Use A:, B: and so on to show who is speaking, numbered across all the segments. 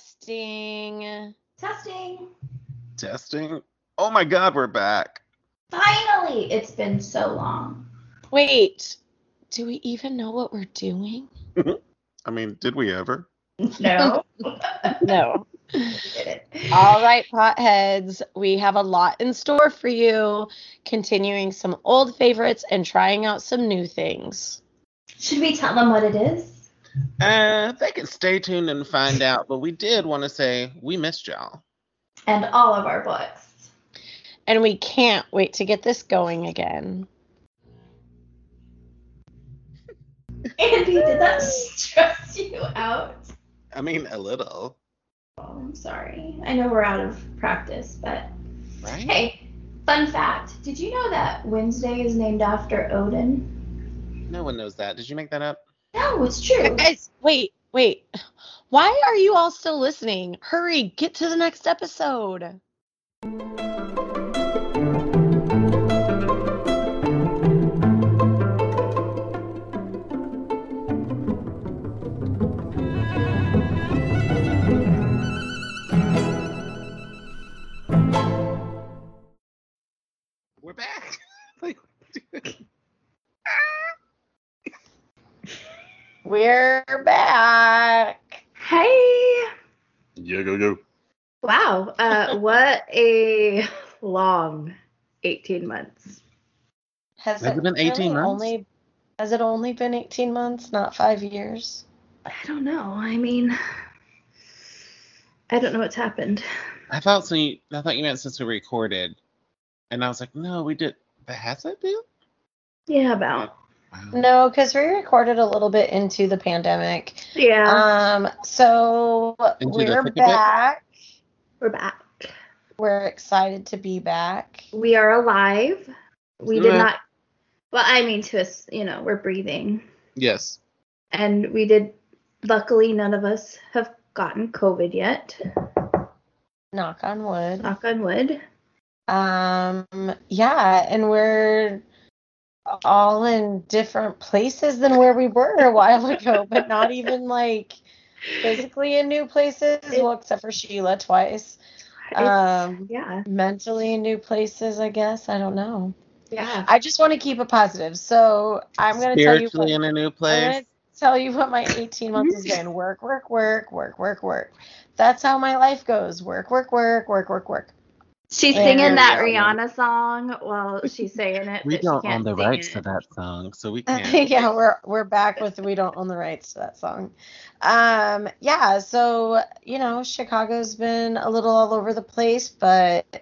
A: Testing.
B: Testing.
C: Testing. Oh my god, we're back.
B: Finally, it's been so long.
A: Wait, do we even know what we're doing?
C: I mean, did we ever?
B: No,
A: No.
B: did it?
A: All right, potheads, we have a lot in store for you, continuing some old favorites and trying out some new things.
B: Should we tell them what it is?
C: Uh, they can stay tuned and find out, but we did want to say we missed y'all.
B: And all of our books.
A: And we can't wait to get this going again.
B: Andy, did that stress you out?
C: I mean, a little,
B: Oh, I'm sorry. I know we're out of practice, but
C: right?
B: hey, fun fact. Did you know that Wednesday is named after Odin?
C: No one knows that. Did you make that up?
B: No, it's true.
A: Guys, wait, wait. Why are you all still listening? Hurry, get to the next episode.
C: We're back. like, dude.
A: We're back.
B: Hey.
D: Yeah, go go.
B: Wow. Uh, what a long 18 months.
A: Has,
C: Has it been 18 months?
A: Only, has it only been 18 months, not five years?
B: I don't know. I mean, I don't know what's happened.
C: I thought so. You, I thought you meant since we recorded, and I was like, no, we did. But has it been?
B: Yeah, about.
C: Wow.
A: No, because we recorded a little bit into the pandemic.
B: Yeah,
A: Um, so
C: Into the thick
A: we're
C: of it?
A: back.
B: we're back.
A: We're excited to be back.
B: We are alive. We did
C: Yeah.
B: not. Well, I mean, to us, you know, we're breathing,
C: Yes.
B: and we did. Luckily, none of us have gotten COVID yet.
A: Knock on wood.
B: Knock on wood.
A: Um, yeah, and we're all in different places than where we were a while ago, but not even like physically in new places. Well, except for Sheila twice. Um,
B: yeah,
A: mentally in new places, I guess. I don't know.
B: yeah.
A: I just want to keep it positive, so I'm gonna tell you.
C: Spiritually
A: what-
C: in a new place.
A: I'm gonna tell you what my 18 months has been. Work, work, work, work, work, work. That's how my life goes. Work, work, work, work, work, work.
B: She's
A: Yeah.
B: singing that
C: Yeah.
B: Rihanna song while she's saying it.
C: we
B: but she
C: don't
B: can't
C: own the
B: sing
C: rights
B: it.
C: to that song, so we
A: Yeah,
C: can't.
A: we're we're back with we don't own the rights to that song. Um, yeah, so you know, Chicago's been a little all over the place, but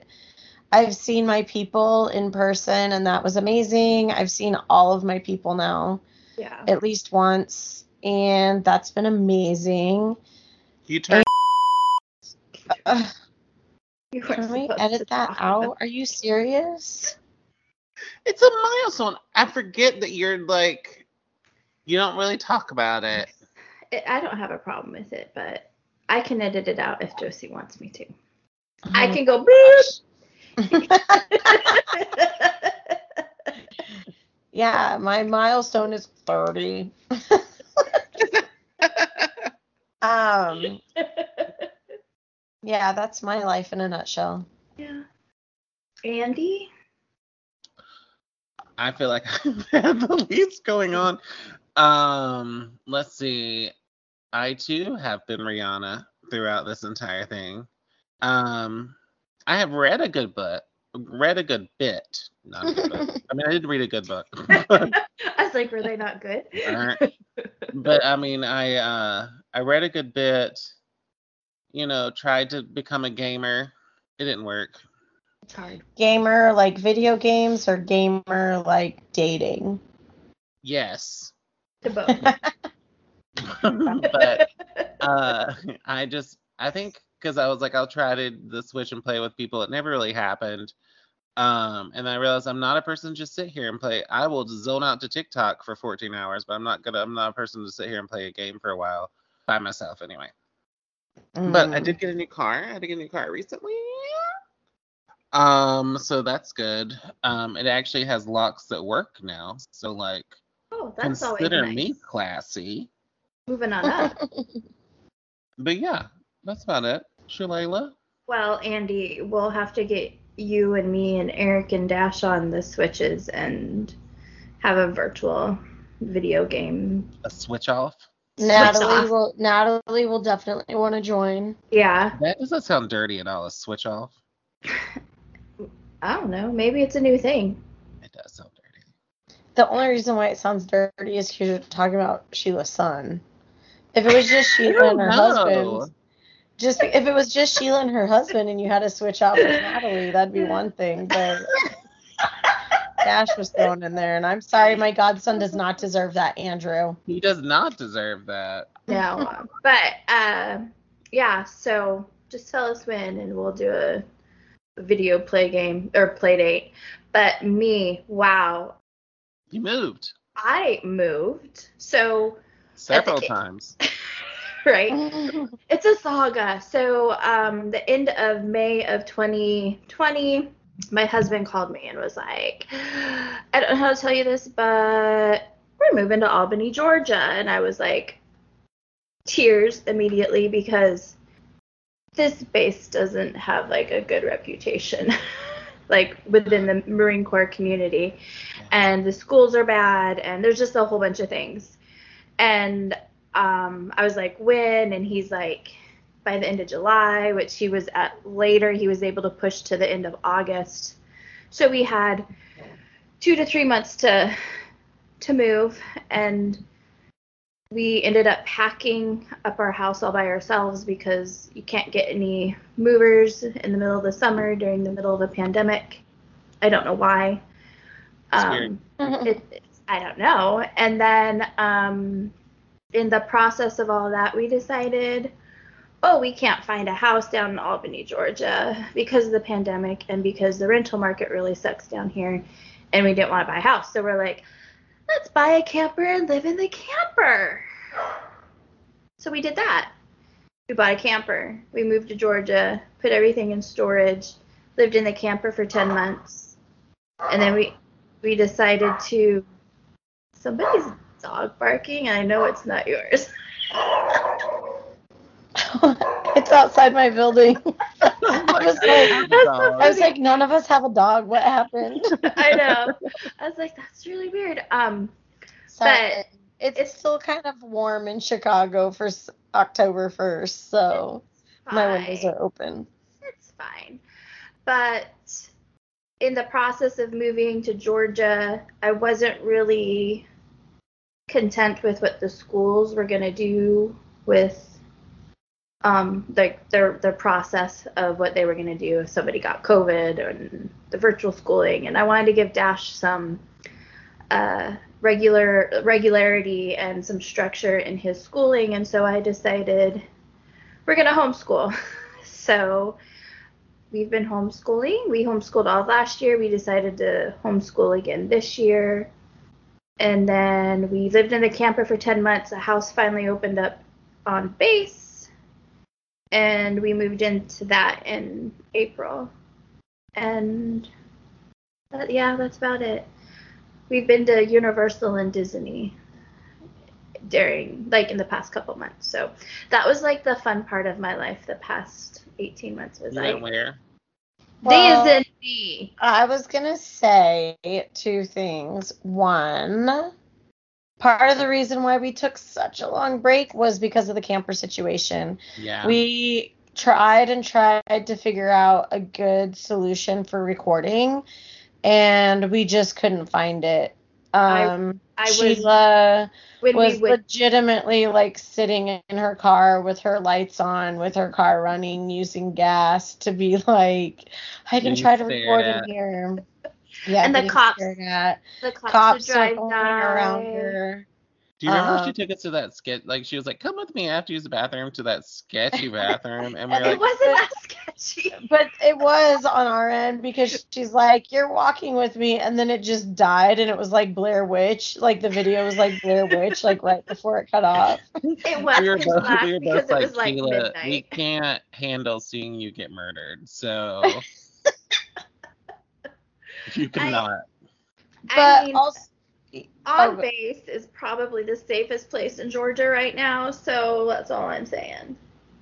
A: I've seen my people in person and that was amazing. I've seen all of my people now
B: Yeah.
A: at least once and that's been amazing.
C: you turn.
A: Ugh.
B: You weren't
A: Can we
B: supposed to
A: edit that
B: talk about
A: out? Are you serious?
C: It's a milestone. I forget that you're like, you don't really talk about it.
B: it, I don't have a problem with it, but I can edit it out if Josie wants me to. I
A: Oh Mm-hmm.
B: can go. "Bloop."
A: Yeah, my milestone is 30. um, yeah, that's my life in a nutshell.
B: yeah. Andy.
C: I feel like I have the least going on. Um, let's see. I too have been Rihanna throughout this entire thing. Um, I have read a good book. Read a good bit. Not a good book. I mean, I did read a good book.
B: I was like, were they not good?
C: Alright. but I mean, I uh, I read a good bit. You know, tried to become a gamer. It didn't work.
B: It's hard.
A: Gamer like video games or gamer like dating?
C: Yes,
B: To both.
C: but uh, I just I think because I was like I'll try to the switch and play with people. It never really happened. Um, and I realized I'm not a person to just sit here and play. I will zone out to TikTok for 14 hours, but I'm not gonna. I'm not a person to sit here and play a game for a while by myself anyway. But I
A: Mm.
C: did get a new car. I had to get a new car recently. Um, so that's good. Um, it actually has locks that work now. So like,
B: Oh, that's always
C: consider
B: nice.
C: me classy.
B: Moving on up.
C: But yeah, That's about it. Shalala.
B: Well, Andy, we'll have to get you and me and Eric and Dash on the switches and have a virtual video game.
C: A switch off.
A: Natalie
B: off.
A: will Natalie will definitely want to join.
B: Yeah.
C: That doesn't sound dirty at all. A switch off.
B: I don't know. Maybe it's a new thing.
C: It does sound dirty.
A: The only reason why it sounds dirty is because you're talking about Sheila's son. If it was just Sheila and her husband, just if it was just Sheila and her husband, and you had to switch out with Natalie, that'd be one thing. But Dash was thrown in there, and I'm sorry, my godson does not deserve that, Andrew.
C: He does not deserve that.
B: No. but uh, yeah, so just tell us when and we'll do a video play game or play date. But me, wow,
C: You moved
B: I moved. So,
C: several
B: That's okay.
C: times.
B: right. it's a saga. So, um, the end of May of 2020, my husband called me and was like, I don't know how to tell you this, but we're moving to Albany, Georgia. And I was like, tears immediately because this base doesn't have like a good reputation, like within the Marine Corps community. And the schools are bad, and there's just a whole bunch of things. And um, I was like, when? And he's like, by the end of July, which he was at later. He was able to push to the end of August. So we had two to three months to to move, and we ended up packing up our house all by ourselves because you can't get any movers in the middle of the summer during the middle of the pandemic. I don't know why. Um,
C: It's weird.
B: It- it's, I don't know. And then um, in the process of all that, we decided, oh, we can't find a house down in Albany, Georgia because of the pandemic and because the rental market really sucks down here. And we didn't want to buy a house. So we're like, let's buy a camper and live in the camper. So we did that. We bought a camper. We moved to Georgia, put everything in storage, lived in the camper for 10 months. And then we we decided to somebody's dog barking and i know it's not yours
A: it's outside my building. I was like, I
C: Dog.
A: was like, none of us have a dog. What happened?
B: i know i was like that's really weird um
A: Sorry. It's,
B: it's-
A: still kind of warm in Chicago for s- October 1st, so my windows
B: fine.
A: are open.
B: it's fine but in the process of moving to georgia i wasn't really content with what the schools were going to do with um like their their process of what they were going to do if somebody got covid and the virtual schooling and i wanted to give dash some uh regular regularity and some structure in his schooling and so i decided we're going to homeschool so we've been homeschooling we homeschooled all last year we decided to homeschool again this year and then we lived in the camper for 10 months. A house finally opened up on base, and we moved into that in April. And that, yeah, that's about it. We've been to Universal and Disney during, like, in the past couple months. So that was like the fun part of my life. The past 18 months was
C: You went
B: like
C: where?
A: Well-
B: D is in D.
A: I was gonna say two things. One, part of the reason why we took such a long break was because of the camper situation.
C: Yeah.
A: We tried and tried to figure out a good solution for recording, and we just couldn't find it.
B: I-
A: Um,
B: I was
A: Sheila
B: when
A: was
B: we would
A: legitimately like sitting in her car with her lights on, with her car running, using gas to be like, I can
C: Getting
A: try to
C: stared
A: record in
C: at.
A: here. Yeah,
B: And the
A: getting
B: cops-
A: stared at.
B: the cops,
A: cops
B: would
A: are
B: drive
A: going
B: by.
A: around her.
C: Do you remember
A: Uh,
C: she took us to that skit? Like she was like, "Come with me. I have to use the bathroom to that sketchy bathroom," and
A: And
C: we were
B: It
C: like,
B: wasn't that sketchy.
A: But it was on our end because she's like, "You're walking with me," and then it just died, and it was like Blair Witch. Like the video was like Blair Witch, like right before it cut off.
B: It was
C: we were
B: pitch
C: both,
B: black
C: we were
B: because
C: both
B: it was like
C: "Sheila, we
B: midnight.
C: can't handle seeing you get murdered, so you cannot.
A: But
B: I mean,
A: also,
B: on
A: oh, go-
B: base is probably the safest place in Georgia right now, so that's all I'm saying.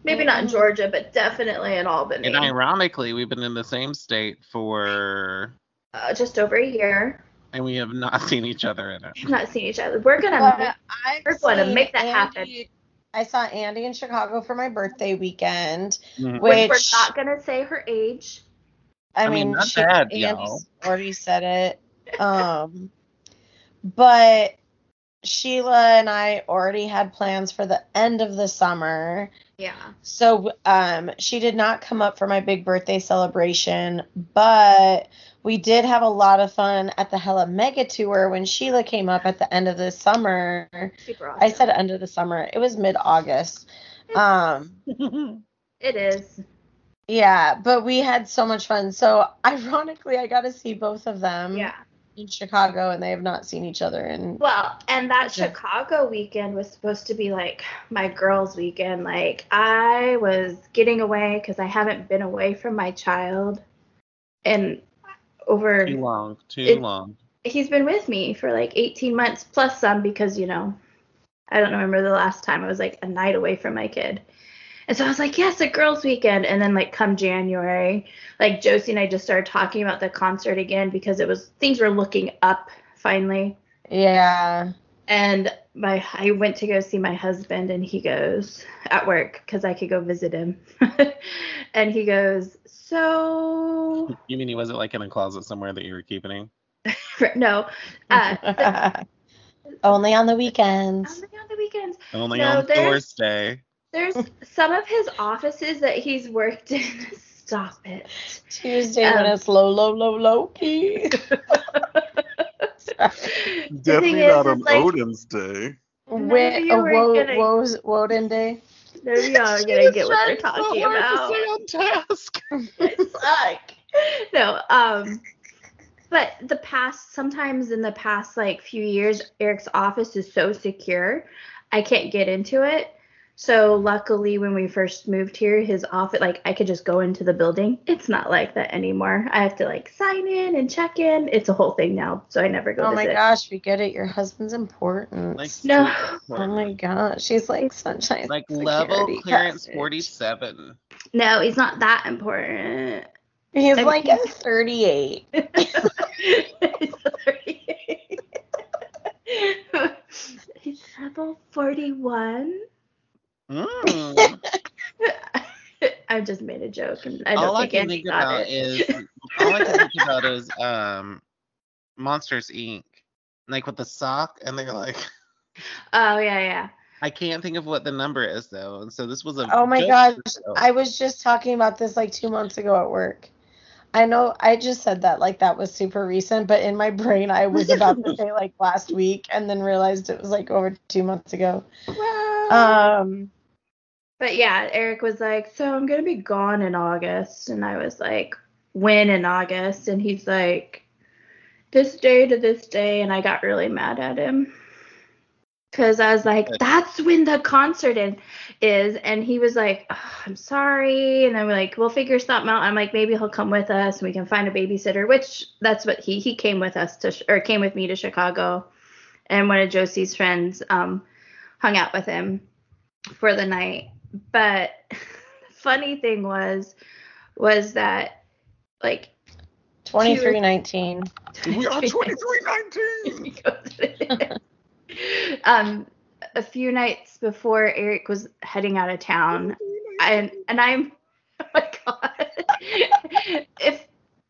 B: Maybe not in Georgia, but definitely in Albany.
C: And ironically, we've been in the same state for,
B: uh, just over a year.
C: and we have not seen each other in it.
B: We've not seen each other. We're gonna.
A: But
B: meet-
A: I've
B: we're gonna
A: seen
B: make that happen.
A: Andy- I saw Andy in Chicago for my birthday weekend.
C: Mhm.
A: Which-
B: which, we're not gonna say her age.
A: I,
C: I mean,
A: mean,
C: not
A: she,
C: bad,
A: Andy's
C: y'all.
A: already said it. Um, but Sheila and I already had plans for the end of the summer.
B: Yeah.
A: So um, she did not come up for my big birthday celebration, but we did have a lot of fun at the Hella Mega Tour when Sheila came up at the end of the summer.
B: Super awesome.
A: I said end of the summer. It was mid August. Um,
B: it is.
A: yeah, but we had so much fun. So ironically, I got to see both of them
B: Yeah.
A: in Chicago, and they have not seen each other in
B: Well, and that
A: Yeah.
B: Chicago weekend was supposed to be like my girls' weekend. Like I was getting away because I haven't been away from my child, and over
C: too long. Too
B: It-
C: long.
B: he's been with me for like 18 months plus some because you know i don't remember the last time i was like a night away from my kid and so i was like yes a girls weekend and then like come january like josie and i just started talking about the concert again because it was things were looking up finally
A: yeah.
B: and my i went to go see my husband and he goes at work because i could go visit him and he goes so
C: You mean he wasn't like in a closet somewhere that you were keeping him?
B: no uh,
A: Only on the
B: I'm
A: weekends.
B: like, on the weekends
C: Only
B: No,
C: on
B: there's-
C: Thursday.
B: There's some of his offices that he's worked in. Stop it.
A: Tuesday when
B: Um,
A: it's low, low, low, low key.
B: The thing is, is like,
D: Odin's day.
A: With
B: you
A: a
B: were
A: wo-
B: gonna-
A: woes- Woden day.
B: nobody y'all are gonna get what they're talking about.
C: task.
B: It's like no, um, but the past sometimes in the past like few years, Eric's office is so secure, I can't get into it. So luckily, when we first moved here, his office like I could just go into the building. It's not like that anymore. I have to like sign in and check in. It's a whole thing now, so I never go.
A: Oh
B: visit.
A: my gosh, we get it. Your husband's important.
C: Like
B: No.
A: oh my gosh, she's like sunshine.
C: Like level
A: security
C: clearance
A: package.
C: 47.
B: No, he's not that important.
A: He's
B: I
A: like a
B: mean-
A: 38.
B: He's 38. he's level 41.
C: Mm.
B: I just made a joke and I don't
C: all I
B: think
C: can
B: Andy
C: think
B: got
C: about
B: it.
C: is all I can think about is um Monsters Inc. Like with the sock, and they're like,
B: Oh yeah, yeah.
C: I can't think of what the number is though. And so this was a
A: Oh my
C: joke
A: gosh,
C: show.
A: I was just talking about this like two months ago at work. I know I just said that like that was super recent, but in my brain I was about to say like last week and then realized it was like over two months ago.
C: Oh. Uh,
A: Um
B: but yeah, Eric was like, "So I'm gonna be gone in August," and I was like, "When in August?" And he's like, "This day to this day," and I got really mad at him because I was like, "That's when the concert in, is," and he was like, "Ugh, "I'm sorry," and I'm like, "We'll figure something out." I'm like, "Maybe he'll come with us, and we can find a babysitter," which that's what he he came with us to or came with me to Chicago, and one of Josie's friends um hung out with him for the night. But funny thing was was that like
A: 2319.
D: We are 2319.
B: um a few nights before Eric was heading out of town and and I'm oh my god if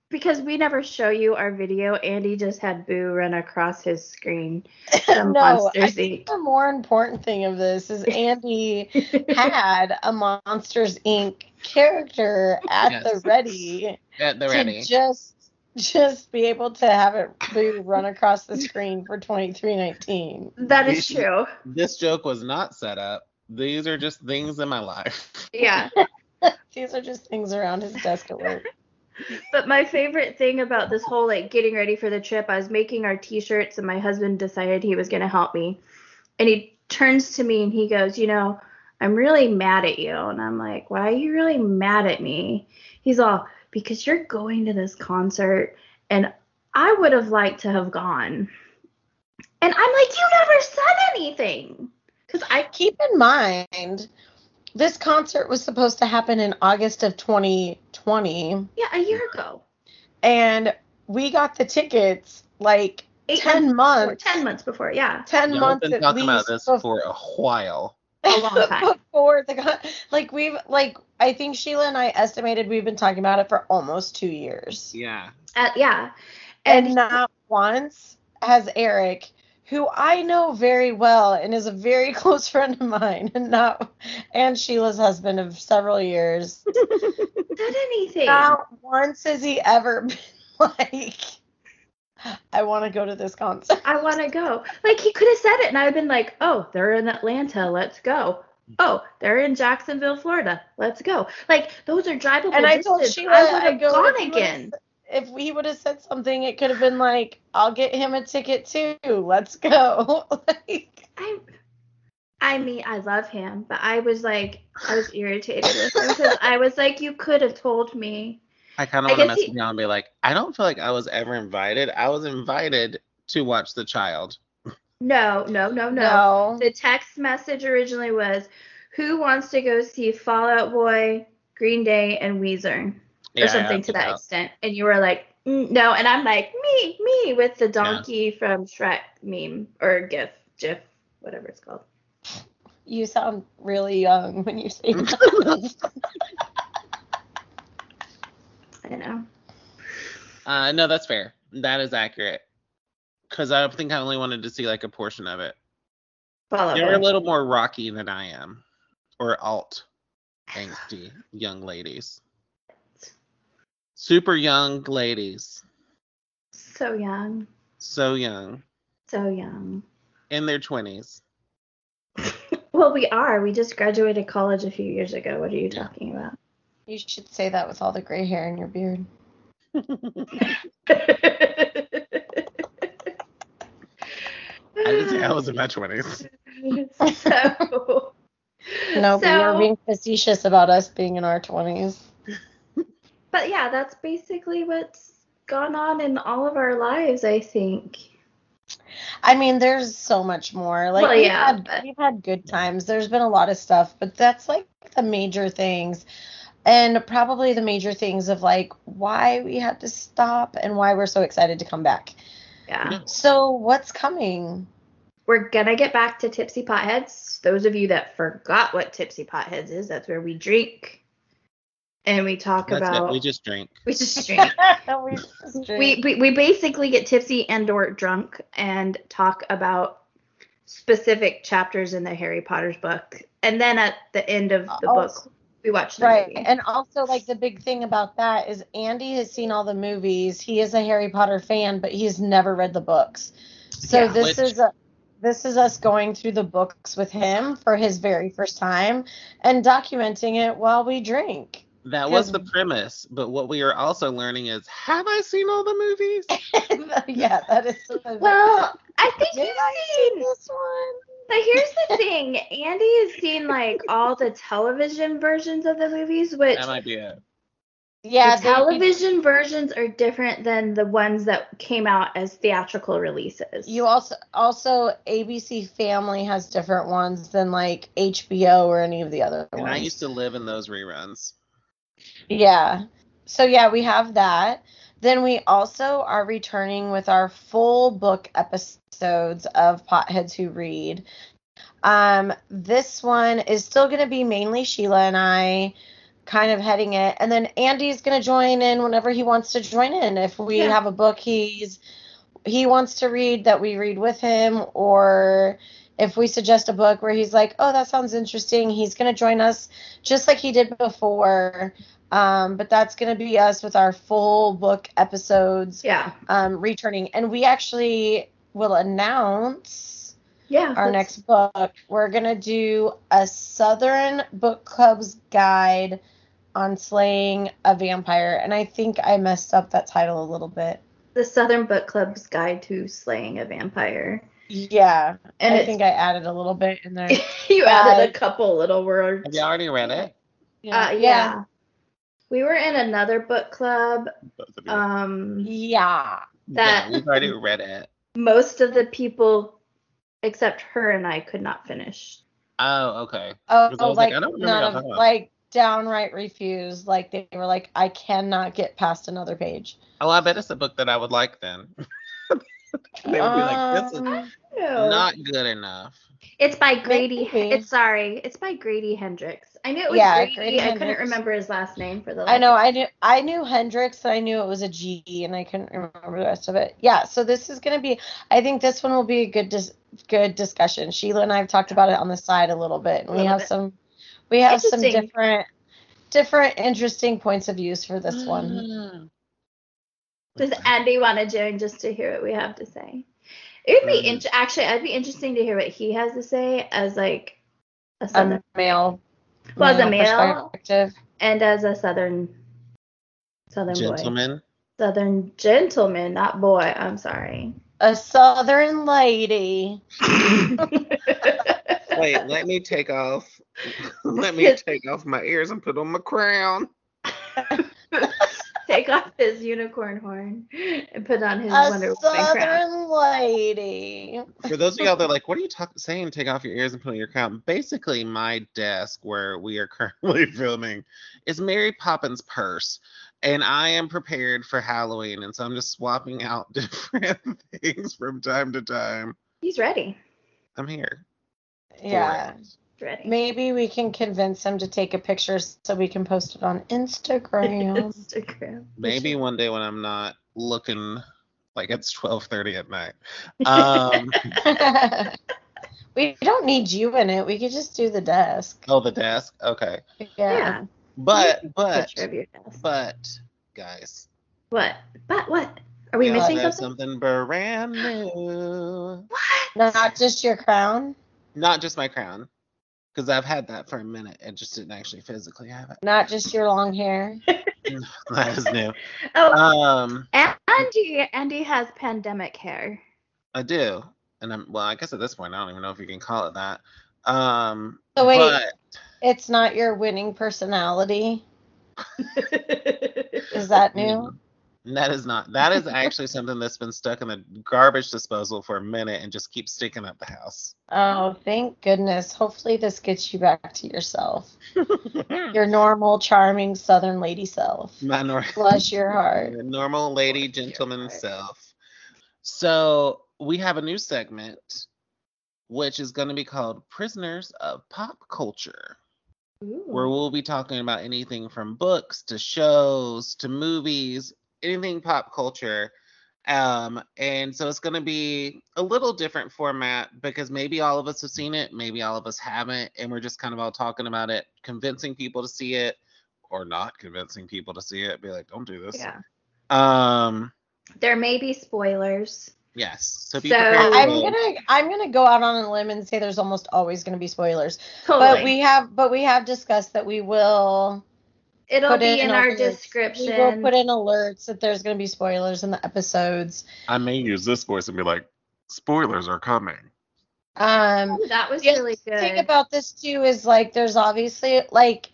B: because we never show you our video Andy just had Boo run across his screen from
A: No, I
B: Monsters Inc.
A: The more important thing of this is Andy had a Monsters Inc. character at the
C: Yes.
A: ready.
C: at the ready.
A: to just just be able to have it be run across the screen for 2319.
B: That is true.
C: this joke was not set up. These are just things in my life.
B: Yeah.
A: These are just things around his desk at work.
B: But my favorite thing about this whole like getting ready for the trip, I was making our t-shirts and my husband decided he was going to help me. And he turns to me and he goes, "You know, I'm really mad at you." And I'm like, "Why are you really mad at me?" He's all, "Because you're going to this concert and I would have liked to have gone." And I'm like, "You never said anything." Cuz I
A: Keep in mind, this concert was supposed to happen in August of 2020,
B: Yeah, a year ago.
A: and we got the tickets like
B: Eight
A: 10
B: before-
A: months,
B: ten months before, yeah.
A: 10
C: Yeah,
A: months
C: We've been
A: at
C: talking
A: least
C: about this
A: bef-
C: for a while.
B: A long time.
A: before the con- like we've like I think Sheila and I estimated we've been talking about it for almost two years.
C: Yeah.
B: Uh, yeah.
A: And not once has Eric, who I know very well and is a very close friend of mine, and not and Sheila's husband of several years,
B: said anything.
A: not once has he ever been like, I want to go to this concert.
B: I want to go. Like he could have said it, and I've been like, oh, they're in Atlanta, let's go. Oh, they're in Jacksonville, Florida, let's go. Like those are drivable.
A: And I told
B: distances.
A: Sheila
B: I would
A: I'd
B: have
A: go
B: gone
A: if he
B: again.
A: If he would have said something, it could have been like, I'll get him a ticket too. Let's go. like,
B: I, I mean, I love him, but I was like, I was irritated with him because I was like, you could have told me.
C: I kind
B: I
C: of want to
B: guess
C: mess
B: he-
C: him down and be like, I don't feel like I was ever invited. I was invited to watch The Child.
B: No, no, no, no.
A: Oh, no.
B: The text message originally was, who wants to go see Fall Out Boy, Green Day, and Weezer? or
C: Yeah, I
B: something
C: asked
B: to that
C: about-
B: extent. And you were like, "Mm, no. And I'm like, me, me, with the donkey from Shrek meme or GIF, GIF, whatever it's called.
A: You sound really young when you say that.
B: I don't know.
C: Uh, no, that's fair. That is accurate. Because I think I only wanted to see like a portion of it.
B: Follow.
C: You're a little more rocky than I am, or alt, angsty young ladies. Super young ladies,
B: So young.
C: so young,
B: So young.
C: in their 20s.
B: Well, we are. We just graduated college a few years ago. What are you
C: Yeah.
B: talking about?
A: You should say that with all the gray hair in your beard.
C: I didn't say I was in my 20s.
B: so,
A: No, but you
B: So-
A: were being facetious about us being in our 20s.
B: but yeah, that's basically what's gone on in all of our lives, I think.
A: I mean, there's so much more. Like
B: Well,
A: we've,
B: yeah,
A: had,
B: but-
A: we've had good times. There's been a lot of stuff, but that's like the major things. And probably the major things of like why we had to stop and why we're so excited to come back.
B: Yeah.
A: So, what's coming?
B: Mm-hmm. We're gonna get back to Tipsy Potheads. Those of you that forgot what Tipsy Potheads is, that's where we drink and we talk
C: That's
B: about
C: it. We just drink.
B: we just drink.
A: we, just
B: we, we we basically get tipsy and or drunk and talk about specific chapters in the Harry Potter's book. And then at the end of the
A: Also-
B: book we watch the
A: Oh, Right.
B: movie.
A: And also, like, the big thing about that is Andy has seen all the movies. He is a Harry Potter fan, but he's never read the books. So
B: Yeah.
A: this
C: Which-
A: is a. This is us going through the books with him for his very first time and documenting it while we drink.
C: That was the
A: Cause-
C: premise, but what we are also learning is have I seen all the movies?
A: yeah, that is. something-
B: well, I think
A: Did I
B: you've
A: see
B: seen
A: this one?
B: But here's the thing, Andy has seen like all the television versions of the movies, which
C: That might be it.
A: Yeah,
B: the
A: they-
B: television versions are different than the ones that came out as theatrical releases.
A: You also also ABC Family has different ones than like HBO or any of the other
C: And
A: ones.
C: I used to live in those reruns.
A: Yeah. So yeah, we have that. Then we also are returning with our full book episodes of Potheads Who Read. Um, this one is still going to be mainly Sheila and I kind of heading it. And then Andy's going to join in whenever he wants to join in. If we
B: Yeah.
A: have a book he's he wants to read that we read with him or if we suggest a book where he's like, "Oh, that sounds interesting." He's going to join us just like he did before. Um, but that's going to be us with our full book episodes
B: yeah,
A: um, returning. And we actually will announce
B: yeah.
A: our
B: that's-
A: next book. We're going to do a Southern Book Club's Guide on Slaying a Vampire. And I think I messed up that title a little bit.
B: the Southern Book Club's Guide to Slaying a Vampire,
A: Yeah.
B: and
A: I
B: it's,
A: think I added a little bit in there.
B: you added a
A: Guide.
B: couple little words.
C: Have you already read it?
B: Uh, yeah. We were in another book club.
C: Both of you.
B: Um,
A: Yeah.
B: that-
C: yeah, we've already read it.
B: most of the people except her and I could not finish.
C: Oh, okay.
A: Oh,
C: Because I was
A: like
C: like, I don't remember y'all
A: none of
C: talking about
A: like downright refused. Like they were like, I cannot get past another page.
C: Oh, I bet it's a book that I would like then. they would be like, this is
A: Um,
B: No.
C: not good enough.
B: It's by Grady.
A: Maybe.
B: It's sorry. It's by Grady Hendrix. I knew it was
A: Yeah,
B: Grady.
A: Grady
B: I couldn't
A: Hendrix.
B: remember his last name for the.
A: I
B: life
A: know
B: of
A: I knew I knew Hendrix and I knew it was a G and I couldn't remember the rest of it. Yeah, so this is gonna be I think this one will be a good dis- good discussion. Sheila and I have talked about it on the side a little bit and we
B: Little
A: have
B: bit.
A: some we have some
B: Interesting.
A: different different interesting points of views for this one.
C: Mm.
B: Does Andy want to join just to hear what we have to say? It would be
C: Mhm.
B: int- actually. I'd be interesting to hear what he has to say as like a southern
A: A male
B: Well, as a male.
A: perspective.
B: and as a southern southern boy,
C: Gentlemen.
B: southern gentleman, not boy. I'm sorry.
A: A southern lady.
C: Wait, let me take off. Let me take off my ears and put on my crown.
B: Take off his unicorn horn and put on his Wonder
A: A
B: Woman crown.
A: southern lady.
C: For those of y'all that are like, what are you talk- saying? Take off your ears and put on your crown. Basically, my desk where we are currently filming is Mary Poppins' purse. And I am prepared for Halloween. And so I'm just swapping out different things from time to time.
B: He's ready.
C: I'm here. for
A: Yeah.
C: it.
B: He's ready.
A: Maybe we can convince him to take a picture so we can post it on Instagram.
B: Instagram.
C: Maybe one day when I'm not looking like it's 12:30 at night. Um,
A: we don't need you in it. We could just do the desk.
C: oh, the desk. Okay,
A: Yeah.
B: Yeah.
C: but
B: Maybe
C: but
B: Picture of your house.
C: but guys,
B: What? But what? Are we
C: y'all
B: missing
C: have
B: something?
C: something brand new.
B: What?
A: Not just your crown.
C: Not just my crown, because I've had that for a minute and just didn't actually physically have it.
A: Not just your long hair.
C: That is new.
B: Oh,
C: Um,
B: A- Andy. Andy has pandemic hair.
C: I do, and I'm well. I guess at this point, I don't even know if you can call it that. Um,
A: So wait.
C: but-
A: It's not your winning personality. Is that new?
C: Mm. That is not. That is actually something that's been stuck in the garbage disposal for a minute and just keeps sticking up the house.
A: Oh, thank goodness. Hopefully this gets you back to yourself. Your normal, charming southern lady self.
C: My nor-
A: Bless your heart.
C: my normal lady
B: Bless your
C: gentleman
B: heart.
C: self. So we have a new segment, which is going to be called "Prisoners of Pop Culture," where
A: Mm.
B: Ooh.
C: we'll be talking about anything from books to shows to movies, anything pop culture. Um, and so it's going to be a little different format because maybe all of us have seen it, maybe all of us haven't, and we're just kind of all talking about it, convincing people to see it or not convincing people to see it. Be like, don't do this.
B: Yeah.
C: Um,
B: There may be spoilers.
C: yes. So be
B: So-
C: prepared.
A: I-
C: for
A: I'm
C: those.
A: gonna I'm gonna go out on a limb and say there's almost always gonna be spoilers.
B: Totally.
A: But we have but we have discussed that we will
B: It'll
A: put
B: be in
A: in
B: our
A: alerts.
B: description.
A: we will put in alerts that there's gonna be spoilers in the episodes.
D: I may use this voice and be like, spoilers are coming.
A: Um
B: Ooh, that was
A: the
B: really good.
A: thing about this too is like there's obviously like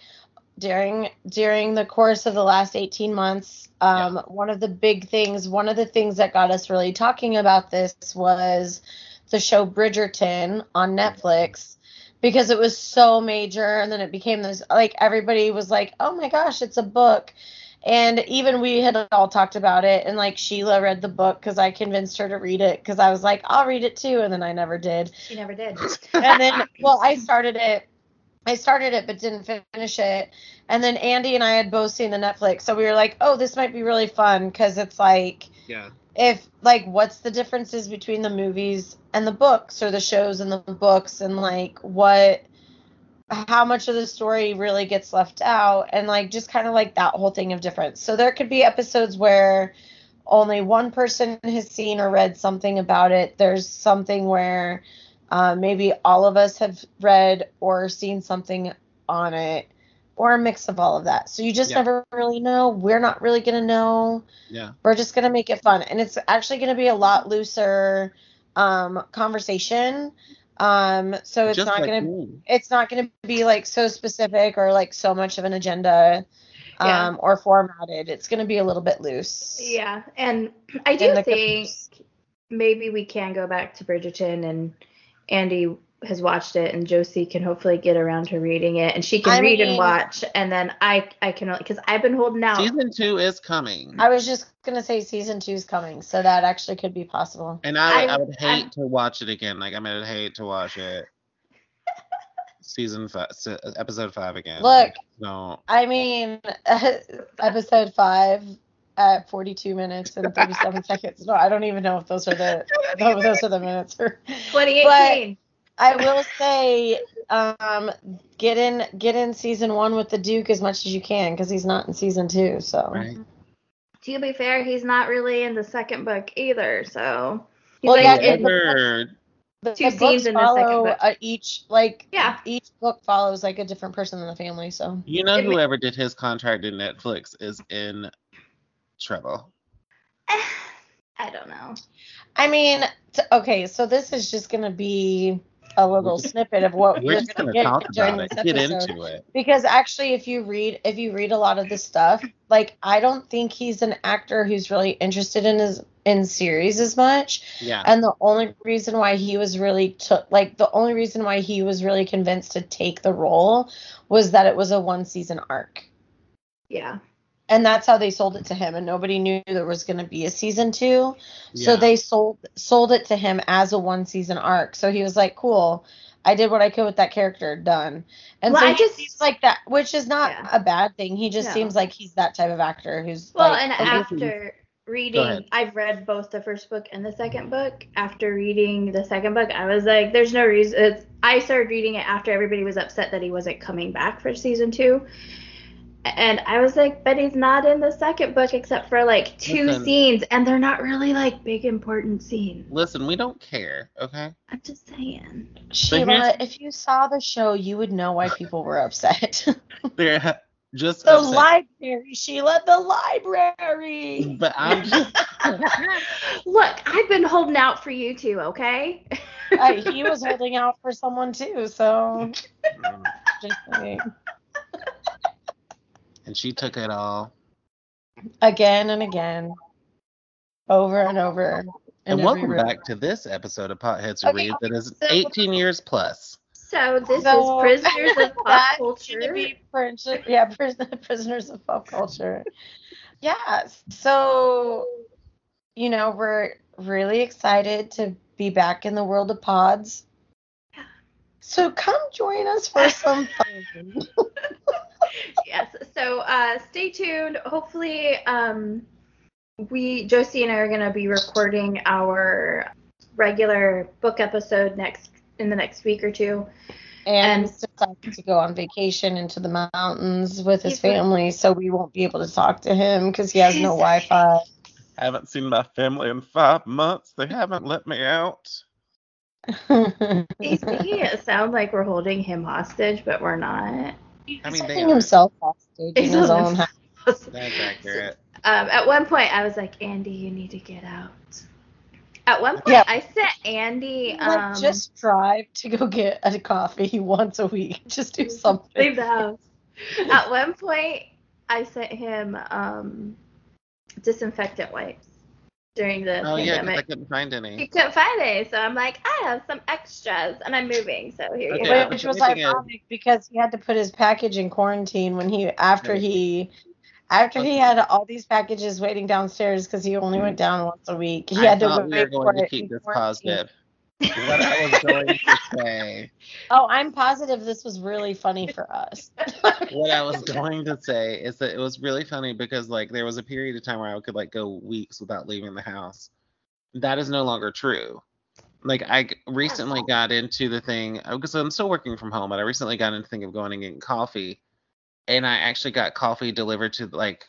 A: during during the course of the last 18 months um one of the big things one of the things that got us really talking about this was the show Bridgerton on Netflix because it was so major and then it became this like everybody was like oh my gosh it's a book and even we had all talked about it and like Sheila read the book cuz I convinced her to read it cuz I was like I'll read it too and then I never did
B: she never did.
A: and then well i started it i started it but didn't finish it and then andy and i had both seen the netflix so we were like oh this might be really fun because it's like
C: yeah.
A: if like what's the differences between the movies and the books or the shows and the books and like what how much of the story really gets left out and like just kind of like that whole thing of difference so there could be episodes where only one person has seen or read something about it there's something where uh, maybe all of us have read or seen something on it or a mix of all of that so you just
C: Yeah.
A: never really know we're not really going to know
C: Yeah.
A: we're just gonna make it fun and it's actually gonna be a lot looser um conversation um so it's
C: Just
A: not
C: like
A: gonna
C: me.
A: it's not gonna be like so specific or like so much of an agenda um
B: Yeah.
A: or formatted it's gonna be a little bit loose
B: Yeah, and I
A: In
B: do
A: the
B: think maybe we can go back to Bridgerton and Andy has watched it, and Josie can hopefully get around to reading it, and she can
A: I
B: read and
A: mean-
B: watch, and then I I can because I've been holding out.
C: Season two is coming.
A: I was just gonna say season two's coming, so that actually could be possible.
C: And I,
B: I-
C: I would
B: I-
C: hate to watch it again. Like I mean, I'd hate to watch it. Season five, se- episode five again.
A: Look.
C: no.
A: I mean, episode five at 42 minutes and 37 seconds. No, I don't even know if those are the those, those are the minutes.
B: 2018.
A: I will say, um, get in get in season one with the Duke as much as you can because he's not in season two. So
C: Right.
B: to be fair, he's not really in the second book either, so he's
A: Well,
B: like
A: yeah,
B: in-
C: Whatever.
A: the,
B: Two scenes in the second
A: follow,
B: book.
A: uh, each like
B: Yeah.
A: each book follows like a different person in the family. So
C: You know,
B: It ma-
C: whoever did his contract in Netflix is in trouble.
B: I don't know.
A: I mean, t- okay, so this is just gonna be a little snippet of what
C: We're
A: you're
C: just gonna
A: get
C: talk
A: during
C: about it.
A: this
C: Get
A: episode.
C: into it.
A: because actually if you read if you read a lot of the stuff like i don't think he's an actor who's really interested in his in series as much
C: Yeah.
A: and the only reason why he was really took like the only reason why he was really convinced to take the role was that it was a one season arc
B: Yeah.
A: and that's how they sold it to him and nobody knew there was going to be a season 2 so
C: Yeah.
A: they sold sold it to him as a one season arc so he was like cool I did what I could with that character. Done. And
B: Well,
A: so
B: I
A: he
B: just-
A: seems like that, which is not
B: Yeah.
A: a bad thing. He just
B: No.
A: seems like he's that type of actor who's
B: Well,
A: like,
B: and
C: I guess we-
B: after
C: Go
B: reading,
C: ahead.
B: I've read both the first book and the second book. After reading the second book, I was like, there's no reason. It's, I started reading it after everybody was upset that he wasn't coming back for season two. And I was like, but he's not in the second book except for like two
C: Listen.
B: scenes, and they're not really like big important scenes.
C: Listen, we don't care, okay?
B: I'm just saying.
A: Sheila,
C: here's-
A: if you saw the show, you would know why people were upset.
C: They're just
A: the
C: upset.
A: library, Sheila, the library.
C: But I'm just
B: Look, I've been holding out for you two, okay?
A: Uh, he was holding out for someone too, so just saying.
C: and she took it all.
A: again and again, over and over. in
C: And
A: every
C: welcome
A: room.
C: back to this episode of Potheads to
A: Okay,
C: Read that is
B: so-
C: 18 years plus.
B: So this
A: So-
B: is Prisoners of Pop
A: That
B: Culture.
A: To be pris- yeah, pris- prisoners of pop culture. Yeah, so you know we're really excited to be back in the world of pods.
B: Yeah.
A: So come join us for some fun.
B: yes. So uh, stay tuned. Hopefully, um, we Josie and I are going to be recording our regular book episode next in the next week or two.
A: And
B: And-
A: he's decided to go on vacation into the mountains with his
B: He's been-
A: family, so we won't be able to talk to him because he has no
B: He's-
A: Wi-Fi.
C: Haven't seen my family in five months. They haven't let me out.
B: He's making it sound like we're holding him hostage, but we're not.
C: I
A: He's
C: mean, they
A: holding
C: are.
A: himself hostage in
B: He's
A: his
B: holding
A: own house.
C: That's accurate.
B: Um, at one point, I was like, Andy, you need to get out. At one point,
A: Yeah.
B: I sent Andy. Um,
A: like just drive to go get a coffee once a week. Just do
B: Leave
A: something.
B: the house. At one point, I sent him um, disinfectant wipes during the
C: Oh, yeah, 'cause I
B: pandemic.
C: couldn't find
B: He
C: any.
B: couldn't find any, so I'm like, I have some extras, and I'm moving, so here you
C: Okay.
B: go.
C: but
A: Which
C: the
A: was
C: thing is-
A: ironic because he had to put his package in quarantine when he after
C: Right.
A: he after he
C: Okay. Hmm.
A: had all these packages waiting downstairs because he only went down once a week. He
C: I
A: had to
C: thought we were
A: wait
C: going
A: for
C: to
A: it in
C: keep this
A: quarantine.
C: positive. what I was going to say,
A: Oh, I'm positive this was really funny for us.
C: what I was going to say is that it was really funny because like there was a period of time where I could like go weeks without leaving the house. That is no longer true. Like I g- recently got into the thing because I'm still working from home, but I recently got into the thing of going and getting coffee, and I actually got coffee delivered to like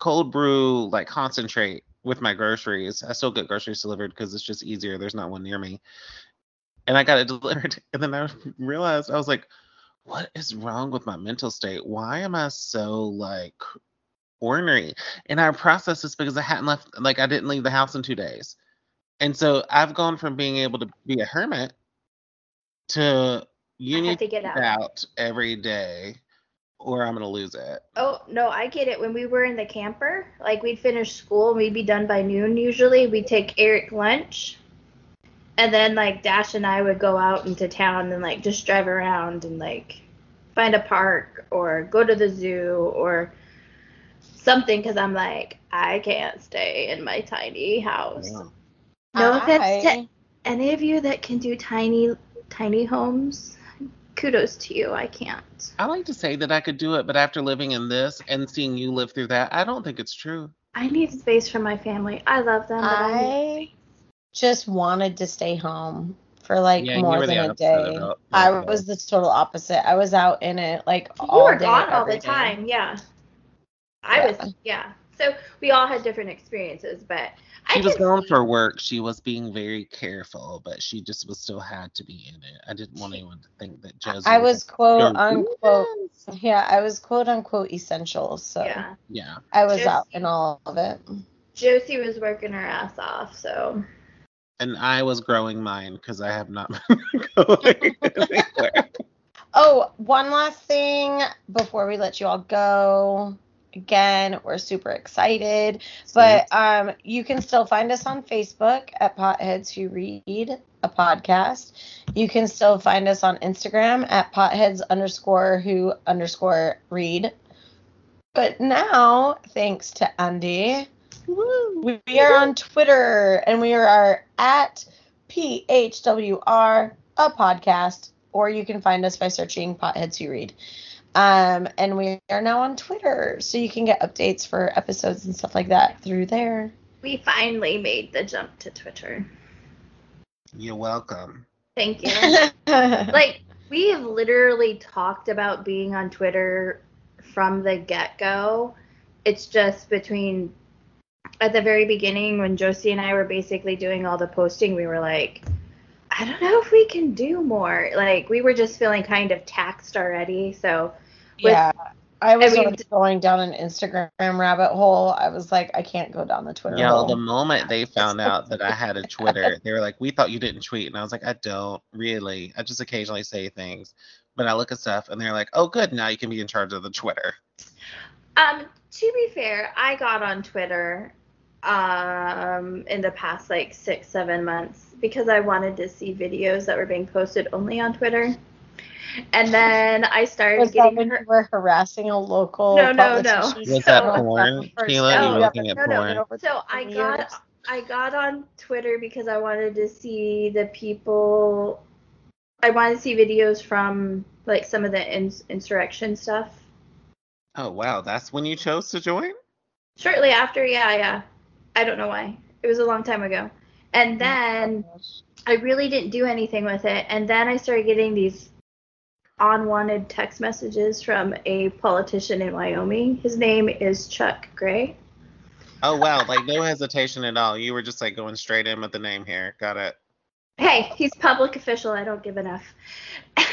C: cold brew like concentrate with my groceries. I still get groceries delivered because it's just easier. There's not one near me. And I got it delivered. And then I realized I was like, what is wrong with my mental state? Why am I so like ornery? And I processed this because I hadn't left like I didn't leave the house in two days. And so I've gone from being able to be a hermit to
B: I
C: you
B: have
C: need
B: to get out.
C: out every day or I'm gonna lose it.
B: Oh no, I get it. When we were in the camper, like we'd finish school and we'd be done by noon usually. We'd take Eric lunch And then like Dash and I would go out into town and like just drive around and like find a park or go to the zoo or something because I'm like I can't stay in my tiny house.
D: Yeah.
B: No offense to
A: I-
B: any of you that can do tiny tiny homes kudos to you i can't
C: I like to say that I could do it, but after living in this and seeing you live through that, I don't think it's true.
B: i need space for my family i love them but I
A: I
B: need-
A: just wanted to stay home for like
C: Yeah, you
A: more
C: were the
A: than a
C: opposite
A: day.
C: of it.
A: I
C: Okay.
A: was the total opposite. I was out in it like
B: you
A: all
B: were
A: day,
B: gone all the
A: every day.
B: time yeah i
A: Yeah.
B: was yeah so we all had different experiences but
C: She
B: i
C: was
B: can
C: gone
B: see-
C: for work. She was being very careful, but she just was still had to be in it. I didn't want anyone to think that Josie.
A: I was quote
C: Your
A: unquote. Yeah, I was quote unquote essential. So
B: yeah
C: Yeah.
A: I was
B: Just-
A: out in all of it.
B: josie was working her ass off so
C: And I was growing mine because I have not been going anywhere.
A: Oh, one last thing before we let you all go. Again, we're super excited. But um, you can still find us on Facebook at Potheads Who Read, a podcast. You can still find us on Instagram at Potheads underscore who underscore read. But now, thanks to Andy, we we are on Twitter and we are at PHWR, a podcast, or you can find us by searching Potheads Who Read. Um, and we are now on Twitter, so you can get updates for episodes and stuff like that through there.
B: we finally made the jump to twitter
C: You're welcome.
B: thank you like we have literally talked about being on Twitter from the get go. It's just between at the very beginning when Josie and I were basically doing all the posting, we were like, I don't know if we can do more. Like we were just feeling kind of taxed already. So
A: yeah. I was
B: I mean-
A: already going down an Instagram rabbit hole. I was like, I can't go down the Twitter
C: Y'all,
A: hole.
C: the moment they found out that I had a Twitter, they were like, "We thought you didn't tweet," and I was like, "I don't really. I just occasionally say things, but I look at stuff, and they're like, "Oh, good, now you can be in charge of the Twitter."
B: um to be fair, I got on Twitter um in the past like six, seven months because I wanted to see videos that were being posted only on Twitter. And then I started
A: was that
B: getting
A: when
B: her-
A: you were harassing a local
B: No, no, no.
A: politician?
C: Was that
A: Oh,
C: porn,
A: first-
C: Keela?
B: You were
A: yeah,
C: looking
A: but
C: at
A: no, no,
C: porn?
A: over
B: So I
A: years.
B: got I got on Twitter because I wanted to see the people. I wanted to see videos from like some of the ins insurrection stuff.
C: Oh wow, that's when you chose to join.
B: Shortly after, yeah, yeah. I don't know why. It was a long time ago.
A: Mm-hmm.
B: And then I really didn't do anything with it. And then I started getting these unwanted text messages from a politician in Wyoming. His name is Chuck Gray.
C: Oh wow, like no hesitation at all. You were just like going straight in with the name here. Got it.
B: hey, he's public official. I don't give enough.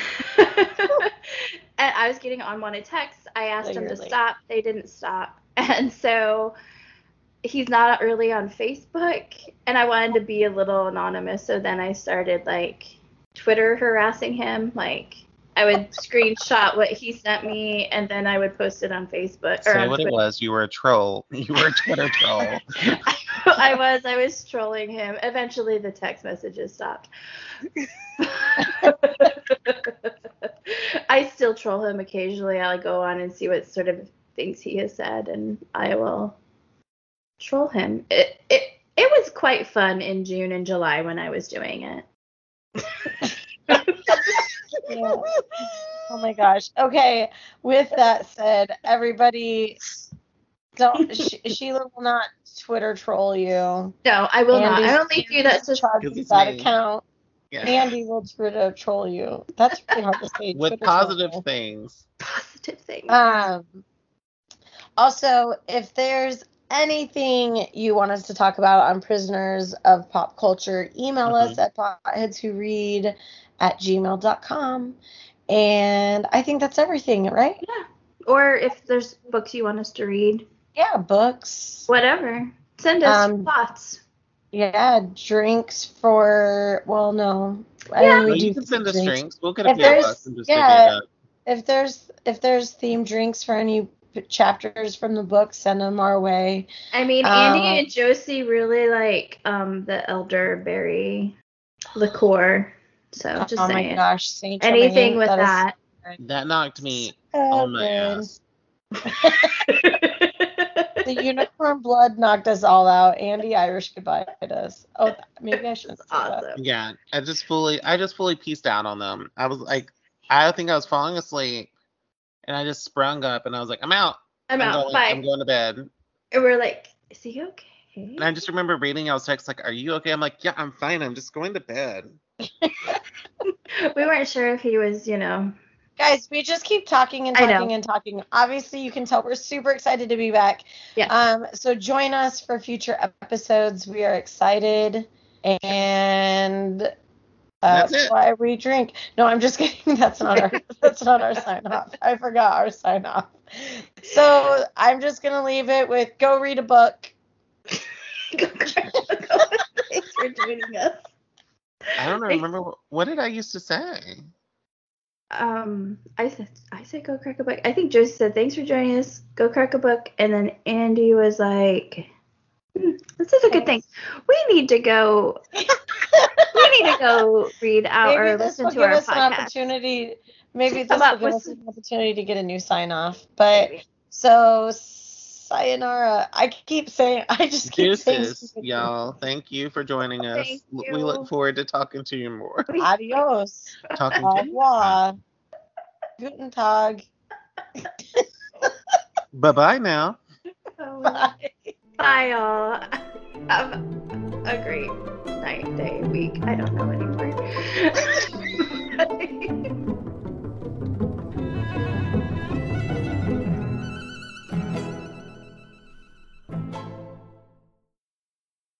B: and I was getting unwanted texts. I asked them to
A: Clearly.
B: stop. They didn't stop. And so he's not really on Facebook. And I wanted to be a little anonymous. So then I started like Twitter harassing him. Like I would screenshot what he sent me and then I would post it on Facebook or
C: Say
B: on
C: what
B: Twitter.
C: it was. You were a troll. You were a Twitter troll.
B: I was. I was trolling him. Eventually, the text messages stopped. I still troll him occasionally. I'll go on and see what sort of things he has said, and I will troll him. It it it was quite fun in June and July when I was doing it.
A: Yeah. Oh my gosh. Okay. With that said, everybody, don't. Sh- Sheila will not Twitter troll you.
B: No, I will not. I
A: Andy's-
B: only do that to.
A: Charge
C: 'Cause it's
A: that
C: me.
A: account.
C: Yeah.
A: Andy will Twitter troll you. That's really hard to say.
C: With
A: Twitter troll
C: positive
A: you.
C: things.
B: Positive things.
A: Um, also, if there's anything you want us to talk about on prisoners of pop culture, email
C: Mm-hmm.
A: us at potheadswhoread at gmail.com. And I think that's everything, right?
B: or if there's books you want us to read,
A: Yeah, books.
B: whatever, send us
A: Um,
B: thoughts.
A: Yeah, drinks for, well, no. I
B: Yeah.
A: mean, we
C: Well, you
A: do
C: can send us
A: drinks.
C: drinks. We'll get a
A: If
C: few of
A: there's-
C: us and just
A: yeah.
C: pick it up.
A: If there's if there's theme drinks for any p- chapters from the book, send them our way.
B: I mean, Andy
A: Um,
B: and Josie really like um the elderberry liqueur. So just
A: oh my
B: saying.
A: gosh, Saint
B: Anything with that.
C: That knocked me
A: Oh
C: on my ass.
A: The unicorn blood knocked us all out. Andy Irish goodbye us. Oh, maybe I shouldn't.
B: It's
A: say that.
B: awesome.
C: Yeah, I just fully, I just fully pieced out on them. I was like, I think I was falling asleep, and I just sprung up and I was like, I'm out.
B: I'm out.
C: Going,
B: Bye.
C: I'm going to bed.
B: and we're like, is he okay?
C: And I just remember reading y'all's text like, Are you okay? I'm like, Yeah, I'm fine. I'm just going to bed.
B: we weren't sure if he was, you know.
A: Guys, we just keep talking and
B: I know.
A: talking and talking. Obviously, you can tell we're super excited to be back.
B: Yeah.
A: Um, so join us for future episodes. We are excited and uh,
C: That's it.
A: why we drink. No, I'm just kidding. That's not our that's not our sign off. I forgot our sign off. So I'm just gonna leave it with go read a book.
B: Thanks for joining us.
C: I don't
B: Thanks.
C: remember what, what did I used to say.
B: Um, I said, I said, go crack a book. I think Josie said, thanks for joining us. Go crack a book. And then Andy was like, hmm, this is a good thing. We need to go. we need to go read out
A: Maybe
B: or
A: this
B: listen
A: will
B: to
A: give
B: our
A: us an
B: podcast.
A: opportunity. Maybe
B: How
A: this will
B: about
A: give us
B: what's-
A: an opportunity to get a new sign off. But
B: Maybe.
A: So sayonara. I keep saying I just keep saying
C: Deuces,
A: stupid
C: y'all. Thank you for joining us.
B: Thank
C: L- We
B: you.
C: look forward to talking to you more.
A: things. Adios.
C: Talking
A: Au
C: to you.
A: revoir. Guten Tag.
C: Bye bye now.
B: Oh,
A: Bye.
B: Bye, y'all. Have a great night, day, week. I don't know anymore.